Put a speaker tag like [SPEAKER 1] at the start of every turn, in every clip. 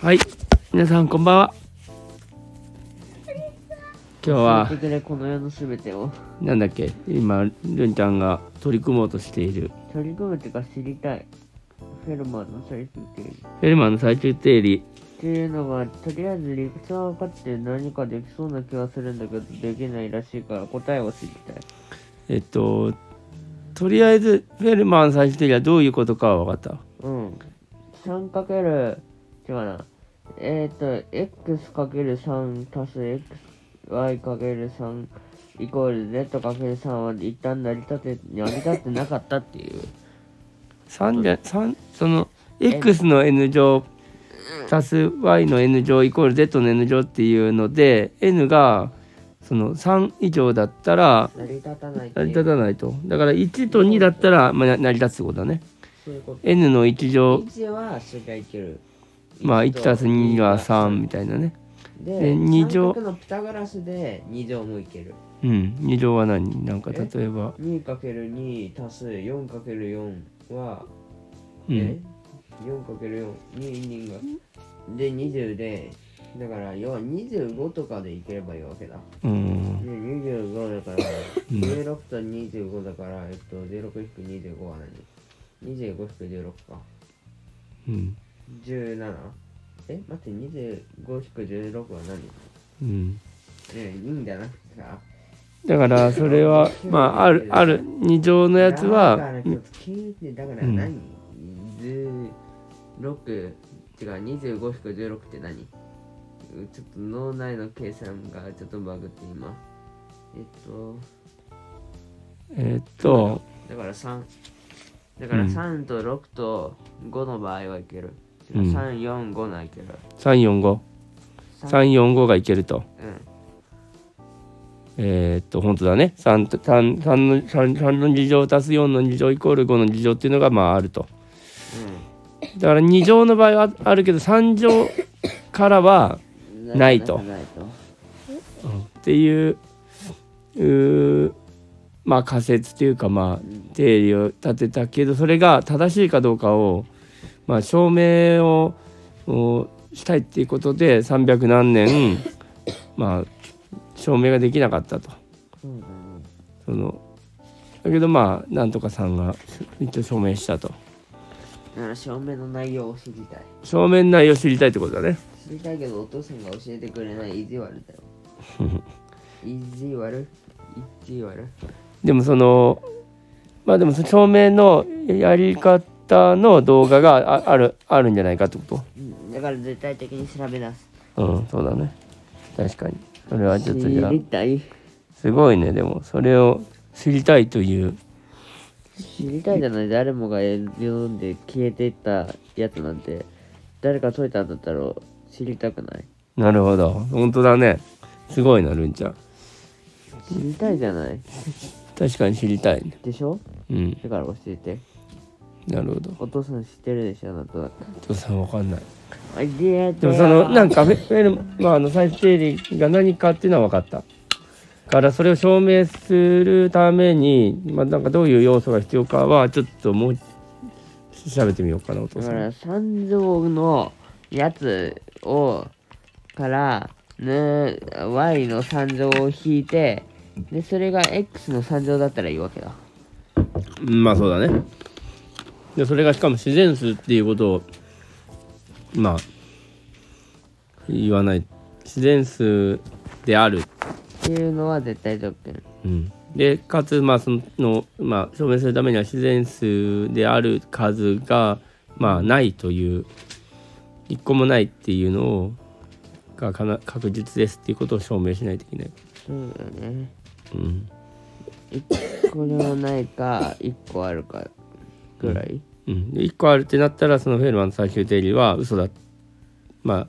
[SPEAKER 1] はい、皆さんこんばんは。今日は
[SPEAKER 2] その時でこの世のすべてを
[SPEAKER 1] なんだっけ、今ルンちゃんが取り組もうとしている
[SPEAKER 2] 取り組むというか知りたいフェルマーの最終定理っ
[SPEAKER 1] フェルマーの最終定理。
[SPEAKER 2] ていうのがとりあえず理屈は分かって何かできそうな気はするんだけどできないらしいから答えを知りたい
[SPEAKER 1] えっととりあえずフェルマーの最終定理はどういうことかは分かった。
[SPEAKER 2] うん 3× 違うなえっ、ー、と x×3+xy×3 イコール z かける3は一旦成り立て成り立ってなかったっていう
[SPEAKER 1] 三じゃ三その x の n 乗足す y の n 乗イコール z の n 乗っていうので n がその3以上だったら
[SPEAKER 2] 成り立たないって
[SPEAKER 1] 成り
[SPEAKER 2] いう
[SPEAKER 1] 立たないとだから1と2だったら、まあ、な成り立つってことだね
[SPEAKER 2] そういうこと
[SPEAKER 1] n の1乗
[SPEAKER 2] 1は数がいける。
[SPEAKER 1] まあ1たす2は3みたいなね
[SPEAKER 2] で、
[SPEAKER 1] で二乗
[SPEAKER 2] 三角のピタゴラスで2乗もいける。
[SPEAKER 1] うん2乗は何なんか例えば
[SPEAKER 2] 2×2 足す 4×4 は、
[SPEAKER 1] う
[SPEAKER 2] え
[SPEAKER 1] ん
[SPEAKER 2] ?4×4、2イニング。で、20で、だから要は25とかでいければいいわけだ。
[SPEAKER 1] うん
[SPEAKER 2] で、25だから、
[SPEAKER 1] うん
[SPEAKER 2] 16と25だから、えっと、16-25は何 ?25-16 か。
[SPEAKER 1] うん
[SPEAKER 2] 17? え、待って、25-16は何
[SPEAKER 1] うん
[SPEAKER 2] ね、いいんじゃなくてさ。
[SPEAKER 1] だからそれはまああるある2乗のやつ
[SPEAKER 2] だから
[SPEAKER 1] は
[SPEAKER 2] ちょっと聞いてだか
[SPEAKER 1] う
[SPEAKER 2] ら
[SPEAKER 1] ん
[SPEAKER 2] 何、?16 違う25引く16って何うちょっと脳内の計算がちょっとバグって今えっと
[SPEAKER 1] えっと
[SPEAKER 2] だから3だから
[SPEAKER 1] うん
[SPEAKER 2] 3と6と5の場合はいける、違う
[SPEAKER 1] うん
[SPEAKER 2] 345ないける
[SPEAKER 1] 345345
[SPEAKER 2] 三
[SPEAKER 1] がいけると
[SPEAKER 2] うん
[SPEAKER 1] えーっと本当だね 3, と三三の三三の2乗足す4の2乗イコール5の2乗っていうのがまああるとだから2乗の場合はあるけど3乗からは
[SPEAKER 2] うん
[SPEAKER 1] ないと
[SPEAKER 2] ないと
[SPEAKER 1] っていううーまあ仮説というかまあ定理を立てたけどそれが正しいかどうかをまあ証明ををしたいっていうことで300何年まあ証明ができなかったと。
[SPEAKER 2] そうだね
[SPEAKER 1] そのだけどまあなんとかさんが一応証明したと。
[SPEAKER 2] だから証明の内容を知りたい
[SPEAKER 1] 証明内容を知りたいってことだね。
[SPEAKER 2] 知りたいけどお父さんが教えてくれない意地悪 だよ意地悪意地悪
[SPEAKER 1] でもそのまあでもその証明のやり方の動画がああるあるんじゃないかってこ
[SPEAKER 2] うんだから絶対的に調べ出す
[SPEAKER 1] とうんそうだね確かにそれはちょっと
[SPEAKER 2] 知
[SPEAKER 1] じゃあ
[SPEAKER 2] りたい
[SPEAKER 1] すごいねでもそれを知りたいという
[SPEAKER 2] 知りたいじゃない誰もが読んで消えていったやつなんて誰か解いたんだったら知りたくない
[SPEAKER 1] なるほど本当だねすごいなるんちゃん
[SPEAKER 2] 知りたいじゃない
[SPEAKER 1] 確かに知りたいね
[SPEAKER 2] でしょ
[SPEAKER 1] うん
[SPEAKER 2] だから教えて
[SPEAKER 1] なるほど
[SPEAKER 2] お父さん知ってるでしょあなただって
[SPEAKER 1] お父さんわかんない
[SPEAKER 2] ありえ
[SPEAKER 1] で
[SPEAKER 2] て
[SPEAKER 1] もそのなんかフェフェルマーの最終定理が何かっていうのは分かっただからそれを証明するために、まあ、なんかどういう要素が必要かはちょっともう調べてみようかなお父
[SPEAKER 2] だ
[SPEAKER 1] さ
[SPEAKER 2] か
[SPEAKER 1] ん
[SPEAKER 2] ら三条のやつをから、ね、y の三乗を引いてでそれが x の三乗だったらいいわけだ
[SPEAKER 1] うんまあそうだねでそれがしかも自然数っていうことをまあ言わない自然数である、
[SPEAKER 2] っていうのは絶対条件
[SPEAKER 1] うん、でかつまあその、まあ、証明するためには自然数である数がまあないという一個もないっていうのをがかな確実ですっていうことを証明しないといけない、
[SPEAKER 2] そうだね
[SPEAKER 1] うん
[SPEAKER 2] 1個でもないか1個あるかぐらい、
[SPEAKER 1] うん、で1個あるってなったらそのフェルマーの最終定理は嘘だま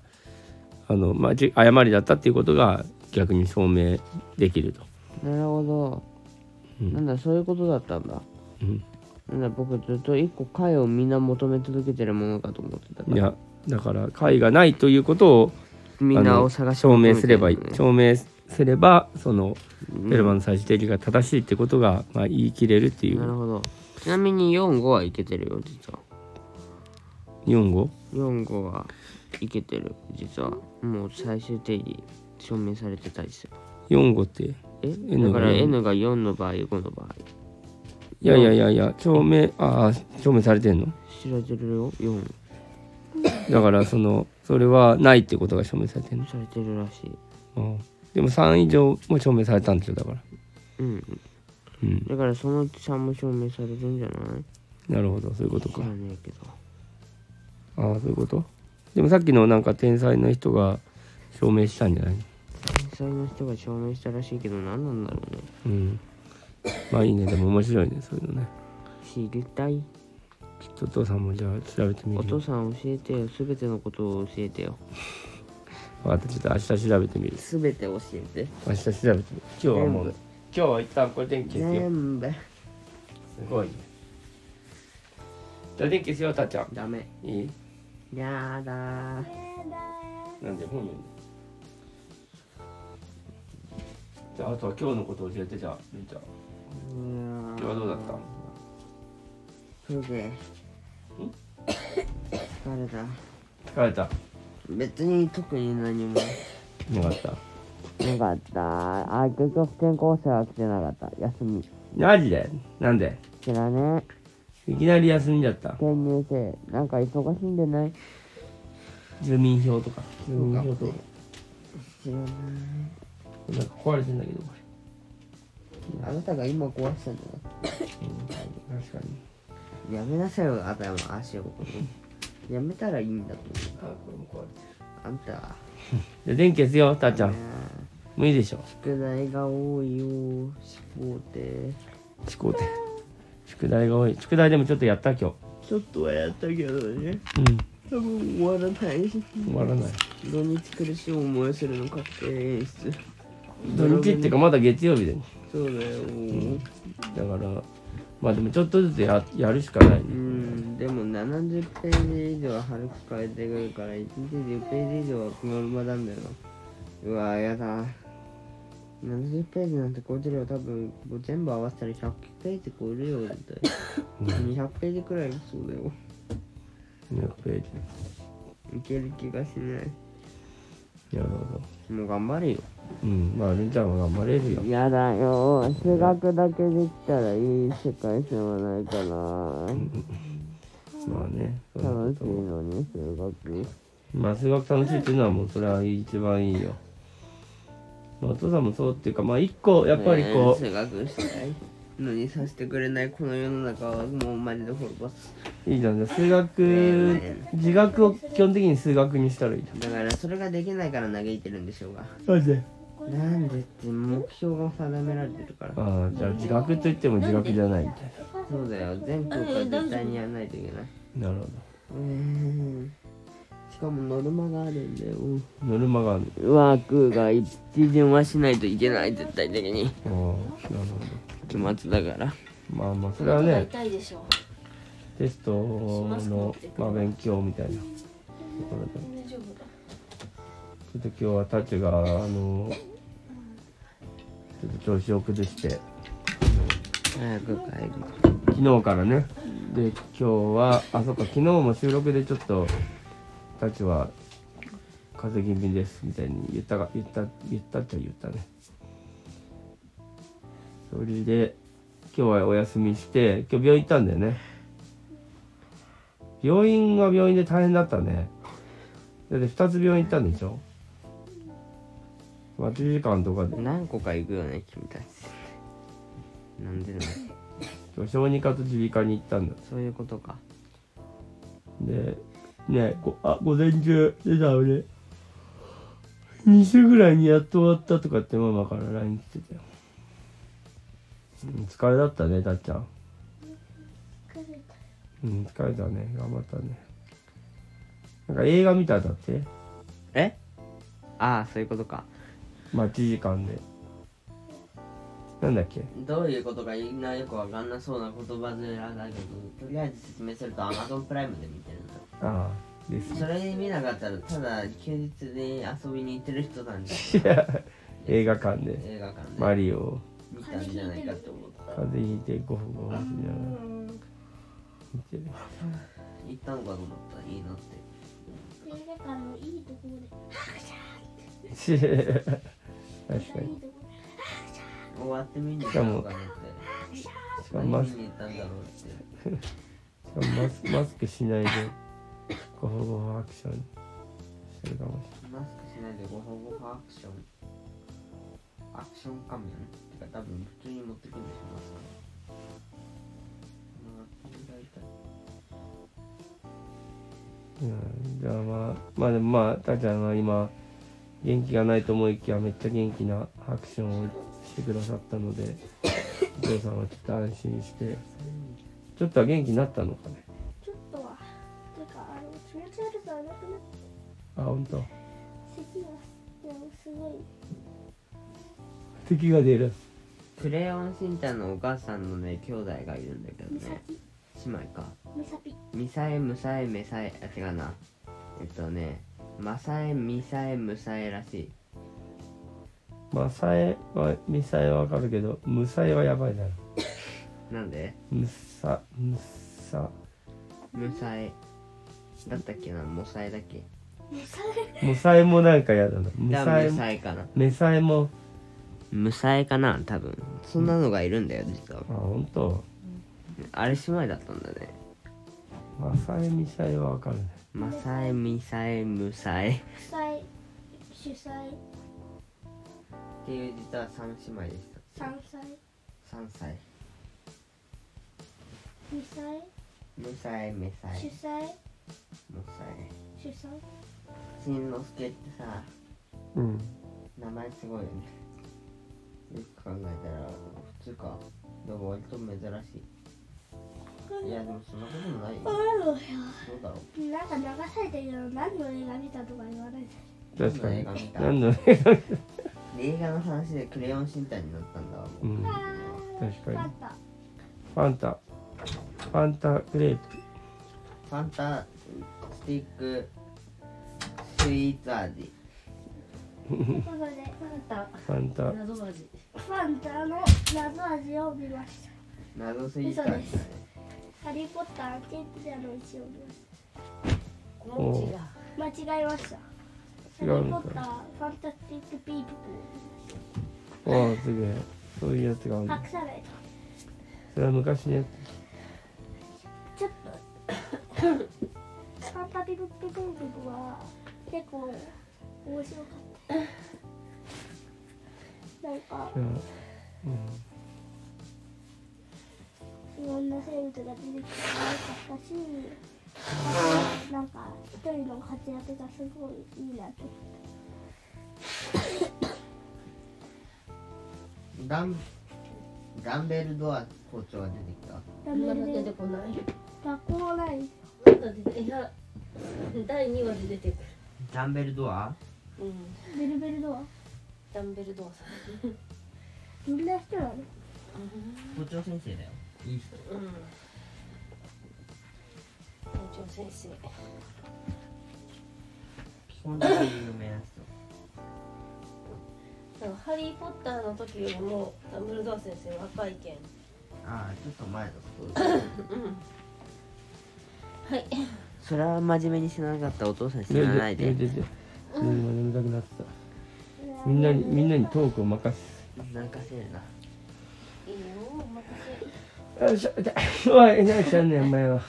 [SPEAKER 1] ああの、まあ、じ誤りだったっていうことが逆に証明できると、
[SPEAKER 2] なるほど、
[SPEAKER 1] うん
[SPEAKER 2] なんだそういうことだったんだ
[SPEAKER 1] うん、
[SPEAKER 2] なんだ僕ずっと1個解をみんな求め続けてるものかと思ってたから
[SPEAKER 1] いやだから解がないということを
[SPEAKER 2] みん
[SPEAKER 1] あ
[SPEAKER 2] な
[SPEAKER 1] の
[SPEAKER 2] を探し
[SPEAKER 1] 証明すればいい
[SPEAKER 2] 求めてる
[SPEAKER 1] 証明すればその
[SPEAKER 2] ん
[SPEAKER 1] フェルマーの最終定理が正しいってことが、まあ、言い切れるってい
[SPEAKER 2] なる
[SPEAKER 1] う
[SPEAKER 2] ほどちなみに45はいけてるよ実は
[SPEAKER 1] 4号
[SPEAKER 2] 45はいけてる実はもう最終定義証明されてたりする
[SPEAKER 1] 4号ってい
[SPEAKER 2] え
[SPEAKER 1] N
[SPEAKER 2] だ
[SPEAKER 1] が
[SPEAKER 2] から
[SPEAKER 1] 4
[SPEAKER 2] N が4の場合5の場合
[SPEAKER 1] やいやいやいや証明ああ証明されてんの
[SPEAKER 2] 知られてるよ4
[SPEAKER 1] だからそのそれはないってことが証明されてんの
[SPEAKER 2] されてるらしい
[SPEAKER 1] うんでも3以上も証明されたんですよだから
[SPEAKER 2] うん
[SPEAKER 1] うん
[SPEAKER 2] だからそのうち3も証明されるんじゃな
[SPEAKER 1] な
[SPEAKER 2] い
[SPEAKER 1] るほどそういうこと
[SPEAKER 2] 知
[SPEAKER 1] から
[SPEAKER 2] ねえけど
[SPEAKER 1] ああそういうことでもさっきのなんか天才の人が証明したんじゃない
[SPEAKER 2] 天才の人が証明したらしいけど何なんだろうね
[SPEAKER 1] うんまあいいねでも面白いねそういうのね
[SPEAKER 2] 知りたい
[SPEAKER 1] ちょっとお父さんもじゃあ調べてみ
[SPEAKER 2] お
[SPEAKER 1] るよ
[SPEAKER 2] 父さん教えてよ全てのことを教えてよ
[SPEAKER 1] わかったちょっと明日調べてみる
[SPEAKER 2] 全て教えて
[SPEAKER 1] 明日調べてみる今日はもう
[SPEAKER 2] 全部
[SPEAKER 1] 今日は一旦これ電気消すよ
[SPEAKER 2] 全部
[SPEAKER 1] すごいねじゃあ電気消すよたっちゃ
[SPEAKER 2] ダメ
[SPEAKER 1] んいい
[SPEAKER 2] やだー
[SPEAKER 1] なんで本読んでじゃああとは今日のことを教えてじゃあみーちゃん
[SPEAKER 2] 今
[SPEAKER 1] 今日はどうだった
[SPEAKER 2] すげえ疲れた
[SPEAKER 1] 疲れた
[SPEAKER 2] 別に特に何も
[SPEAKER 1] よかった
[SPEAKER 2] なかったあ結局転校生は来てなかった休み
[SPEAKER 1] マジでなんで
[SPEAKER 2] 知らねえ
[SPEAKER 1] いきなり休んじゃった
[SPEAKER 2] 転入生なんか忙しいんでない
[SPEAKER 1] 住民票とか住
[SPEAKER 2] 民票
[SPEAKER 1] とか
[SPEAKER 2] 知らない
[SPEAKER 1] なんか壊れてんだけどこ
[SPEAKER 2] あなたが今壊したんだよ
[SPEAKER 1] れ、確かに
[SPEAKER 2] やめなさいよ頭足をやめたらいいんだと思
[SPEAKER 1] あこれも壊れて
[SPEAKER 2] うあんたは
[SPEAKER 1] じゃあ電気消すよたーちゃん
[SPEAKER 2] ね
[SPEAKER 1] 無理でしょ
[SPEAKER 2] 宿題が多いよ思考って
[SPEAKER 1] 思考で宿題が多い宿題でもちょっとやった今日
[SPEAKER 2] ちょっとはやったけどね
[SPEAKER 1] うん
[SPEAKER 2] 多分終わらないし
[SPEAKER 1] 終わらない
[SPEAKER 2] 土日苦しい思いするの確定演出
[SPEAKER 1] 土日っていうかまだ月曜日で
[SPEAKER 2] そうだよ
[SPEAKER 1] だからまあでもちょっとずつややるしかない、
[SPEAKER 2] うんでも70ページ以上は軽く変えてくるから1日10ページ以上はこのままなんだよなうわやだ70ページなんて超えてるよ多分もう全部合わせたら100ページ超えるよ絶対200ページくらいそうだよ
[SPEAKER 1] 200ペー
[SPEAKER 2] いける気がしない
[SPEAKER 1] ジなるほど
[SPEAKER 2] もう頑張れよ
[SPEAKER 1] うんまあるんちゃんは頑張れるよ
[SPEAKER 2] やだよ数学だけできたらいい世界じゃないかな
[SPEAKER 1] まあねそう
[SPEAKER 2] 楽しいのに数学
[SPEAKER 1] まあ数学楽しいっていうのはもうそれは一番いいよ、まあ、お父さんもそうっていうかまあ一個やっぱりこう、
[SPEAKER 2] ねえ数学したいのにさせてくれないこの世の中はもうマジで滅ぼす
[SPEAKER 1] いいじゃんじゃあ数学、
[SPEAKER 2] ね
[SPEAKER 1] 自学を基本的に数学にしたらいいじ
[SPEAKER 2] だからそれができないから嘆いてるんでしょうが
[SPEAKER 1] ゃんなんで
[SPEAKER 2] なんでって目標が定められてるから
[SPEAKER 1] ああじゃあ自学といっても自学じゃないみたい
[SPEAKER 2] そうだよ全教科絶対にやらないといけない
[SPEAKER 1] ななるほ
[SPEAKER 2] うんしかもノルマがあるんだよ
[SPEAKER 1] どノルマがある
[SPEAKER 2] ワークが一巡はしないといけない絶対的に
[SPEAKER 1] ああなるほ
[SPEAKER 2] 期末だから
[SPEAKER 1] どまあまあそれ
[SPEAKER 3] お
[SPEAKER 1] は
[SPEAKER 3] 腹
[SPEAKER 1] ね
[SPEAKER 3] 痛いでしょ
[SPEAKER 1] テストの、まあ、勉強みたいなところで
[SPEAKER 3] 大丈夫だ
[SPEAKER 1] ちょっと今日はタチがあのちょっと調子を崩して
[SPEAKER 2] 早く帰る
[SPEAKER 1] 昨日からねで今日はあそっか昨日も収録でちょっと「たちは風邪気味です」みたいに言ったが言った言ったっちゃ言ったねそれで今日はお休みして今日病院行ったんだよね病院が病院で大変だったねだって2つ病院行ったんでしょ待ち時間とかで
[SPEAKER 2] 何個か行くよね君たちなんでだろう
[SPEAKER 1] 今日小児科と耳鼻科に行ったんだ
[SPEAKER 2] そういうことか
[SPEAKER 1] で、ね、こあ午前中出た俺2週ぐらいにやっと終わったとかってママから LINE 来てたようん疲れだったねたっちゃんうん疲れたね頑張ったねなんか映画見たんだって
[SPEAKER 2] えああそういうことか
[SPEAKER 1] 待ち時間でなんだっけ
[SPEAKER 2] どういうことかみんなよくわかんなそうな言葉面だけどとりあえず説明すると Amazon プライムで見てるんだ
[SPEAKER 1] ああです
[SPEAKER 2] それ見なかったらただ休日に遊びに行ってる人なんで
[SPEAKER 1] 映画館で
[SPEAKER 2] 映画館で
[SPEAKER 1] マリオを
[SPEAKER 2] 見たんじゃないかって思った
[SPEAKER 1] 風邪ひいてゴフゴフしながら見てる
[SPEAKER 2] 行ったのかと思ったらいいなって
[SPEAKER 3] 映画館のいいところで拍手
[SPEAKER 1] 確か
[SPEAKER 3] い
[SPEAKER 1] に
[SPEAKER 3] いところ
[SPEAKER 2] 終わって見に行ったのかなって
[SPEAKER 1] しかも
[SPEAKER 2] 何
[SPEAKER 1] マ
[SPEAKER 2] 見
[SPEAKER 1] ス
[SPEAKER 2] に行ったんだろうって
[SPEAKER 1] しかもマスマスクしないでごほごほアクションするかもし
[SPEAKER 2] マスクしないでごほごほアクションアクション仮面てか多分普通に持ってくるんでしょマスクまあ首が痛い
[SPEAKER 1] れない、うん、じゃあまあまあでもまあたーちゃんは今元気がないと思いきやめっちゃ元気なアクションをしてくださったのでお父さんはちょっと安心してちょっとは元気になったのかね
[SPEAKER 3] ちょっとはてかあの気持ち悪さはなくなって
[SPEAKER 1] あ本当
[SPEAKER 3] 咳がでもすごい
[SPEAKER 1] 敵が出る
[SPEAKER 2] クレヨンしんちゃんのお母さんのね兄弟がいるんだけど
[SPEAKER 3] 目先
[SPEAKER 2] ね姉妹か
[SPEAKER 3] 目先
[SPEAKER 2] ミサエムサエメサエあ違うなえっとねマサエミサエムサエらしい
[SPEAKER 1] まあさえはミサえはわかるけど無さえはやばいな
[SPEAKER 2] なんで
[SPEAKER 1] むさむさ
[SPEAKER 2] ムサエだったっけなモサエだっけ
[SPEAKER 3] 目先
[SPEAKER 1] むさえもなんかやだなむ
[SPEAKER 2] 多
[SPEAKER 1] さ
[SPEAKER 2] 分
[SPEAKER 1] え
[SPEAKER 2] ムサエかな
[SPEAKER 1] めさえも
[SPEAKER 2] ムサエかな多分そんなのがいるんだよ実は
[SPEAKER 1] あ本当
[SPEAKER 2] あれ姉妹だったんだね
[SPEAKER 1] まさえみさえはわかるね
[SPEAKER 2] マサエミサエムサエっ
[SPEAKER 3] 主催主催
[SPEAKER 2] ていう実は三姉妹でし
[SPEAKER 3] 三歳
[SPEAKER 2] た3歳
[SPEAKER 3] 二歳
[SPEAKER 2] ムサエメサ
[SPEAKER 3] 主
[SPEAKER 2] エ
[SPEAKER 3] 催
[SPEAKER 2] モサエ
[SPEAKER 3] 主催
[SPEAKER 2] しんのすけってさ
[SPEAKER 1] うん
[SPEAKER 2] 名前すごいよねよく考えたら普通かでも割と珍しいいやでもそんなこともないよど
[SPEAKER 3] あの
[SPEAKER 2] うだろ
[SPEAKER 3] なんか流されてるけど何の映画見たとか言わないで
[SPEAKER 1] 確かに
[SPEAKER 2] 何
[SPEAKER 1] 何の映画
[SPEAKER 2] う映画の話でクレヨンしんちゃんになったんだわもう、
[SPEAKER 1] うん
[SPEAKER 3] 分
[SPEAKER 1] 確
[SPEAKER 3] か
[SPEAKER 1] か
[SPEAKER 3] っ
[SPEAKER 1] に
[SPEAKER 3] た
[SPEAKER 1] ファンタファンタクレープ
[SPEAKER 2] ファンタスティックスイーツ味
[SPEAKER 3] ということで
[SPEAKER 4] ファンタ
[SPEAKER 1] ファンタ
[SPEAKER 4] 謎味
[SPEAKER 3] ファンタの謎味を見まし
[SPEAKER 2] 謎スイーツ味だね
[SPEAKER 3] 嘘でたハリーポッターケンティアの石を見まし
[SPEAKER 4] お餅が
[SPEAKER 3] た間違えましたハ
[SPEAKER 1] 違う
[SPEAKER 3] リーポ
[SPEAKER 1] の
[SPEAKER 3] ッター
[SPEAKER 1] か
[SPEAKER 3] ファンタスティックピープ
[SPEAKER 1] おおすげえそういうやつがあるん
[SPEAKER 3] ル
[SPEAKER 1] だ
[SPEAKER 3] 隠さないと
[SPEAKER 1] それは昔のやつ
[SPEAKER 3] ちょっとファンタピプピプピプは結構面白かったなんか
[SPEAKER 1] じゃあ
[SPEAKER 3] いろんな生物が出てきてよかったし、なんか一人の活躍がすごいいいなと。
[SPEAKER 2] ダンダンベルドア校長が出てきた
[SPEAKER 3] ダ
[SPEAKER 4] ま
[SPEAKER 3] メ
[SPEAKER 4] だ出て
[SPEAKER 3] で
[SPEAKER 4] こない
[SPEAKER 3] 学校ない
[SPEAKER 4] まだ出ていや第二話で出てく
[SPEAKER 2] ダンベルドア
[SPEAKER 4] るうん
[SPEAKER 3] ベルベルドア。
[SPEAKER 4] ダンベルドアさん
[SPEAKER 3] みんな人なの。
[SPEAKER 2] 校長先生だよいい人
[SPEAKER 4] うん校長先生
[SPEAKER 2] 本当に有名な人
[SPEAKER 4] なんかハリー・ポッターの時よりもダンベルドア先生若いけん
[SPEAKER 2] ああちょっと前のこと
[SPEAKER 4] はい
[SPEAKER 2] それは真面目にしなかったお父さん知
[SPEAKER 1] ね
[SPEAKER 2] らない
[SPEAKER 1] ね
[SPEAKER 2] で
[SPEAKER 1] ねね今眠たくなってたみんなにみんなにトークを任せ
[SPEAKER 2] なんかせるない
[SPEAKER 4] いよお任
[SPEAKER 1] よいしょ痛いおい何しゃんねんお前は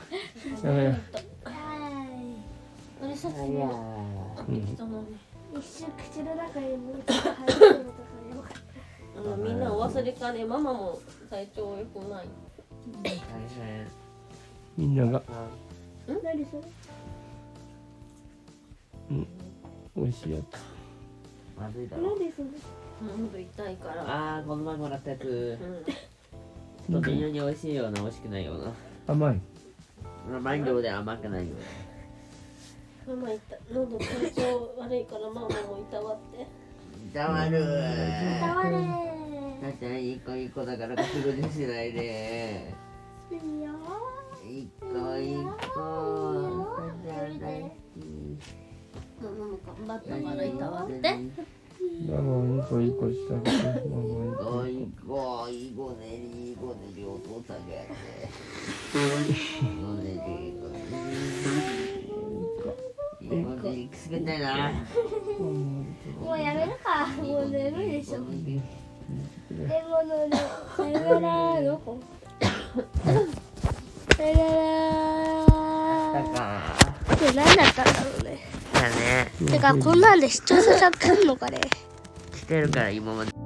[SPEAKER 1] やめろ
[SPEAKER 3] はい。
[SPEAKER 4] せ俺さす
[SPEAKER 2] いや
[SPEAKER 4] が
[SPEAKER 1] うん
[SPEAKER 4] 人のね
[SPEAKER 3] 一瞬口の中にもうちょっと入ってるとかよかっ
[SPEAKER 4] あのみんなお忘れかねママも体調良くない
[SPEAKER 2] 大変
[SPEAKER 1] みんなが
[SPEAKER 2] あ
[SPEAKER 3] た。何それ？
[SPEAKER 1] 美味しいやつ
[SPEAKER 2] まずいだろ
[SPEAKER 3] 何それ？
[SPEAKER 4] 喉痛いから
[SPEAKER 2] あーこの前もらったやつ
[SPEAKER 4] うん
[SPEAKER 2] ちょっと微妙に美味しいような美味しくないよう
[SPEAKER 1] 甘い
[SPEAKER 2] なマンゴーで甘くないよ
[SPEAKER 4] ママ痛い喉体調悪いからママもいたわって
[SPEAKER 2] たまる
[SPEAKER 3] 触れ。
[SPEAKER 2] だっていい子いい子だからくすぐりしないで
[SPEAKER 3] いいよ。
[SPEAKER 2] いい子いい子だって大好
[SPEAKER 4] ママも頑張っ
[SPEAKER 2] き
[SPEAKER 4] たからいたわって
[SPEAKER 2] いい
[SPEAKER 1] ママうんこいいこしたけどママうんこ
[SPEAKER 2] 子いい子いい子ねりいい子ねりお父さんがやっていい子ねりいい子ねりいい子ねりいいないな。
[SPEAKER 3] もうやめるか。もう眠いでしょ。レモンのさよならどこ？さよ
[SPEAKER 2] だ
[SPEAKER 3] なら。
[SPEAKER 2] か
[SPEAKER 3] これ何だったんだろうね。
[SPEAKER 2] ら、だね。
[SPEAKER 3] てかこんなんで視聴者さん来んのかね。
[SPEAKER 2] 来てるから今まで。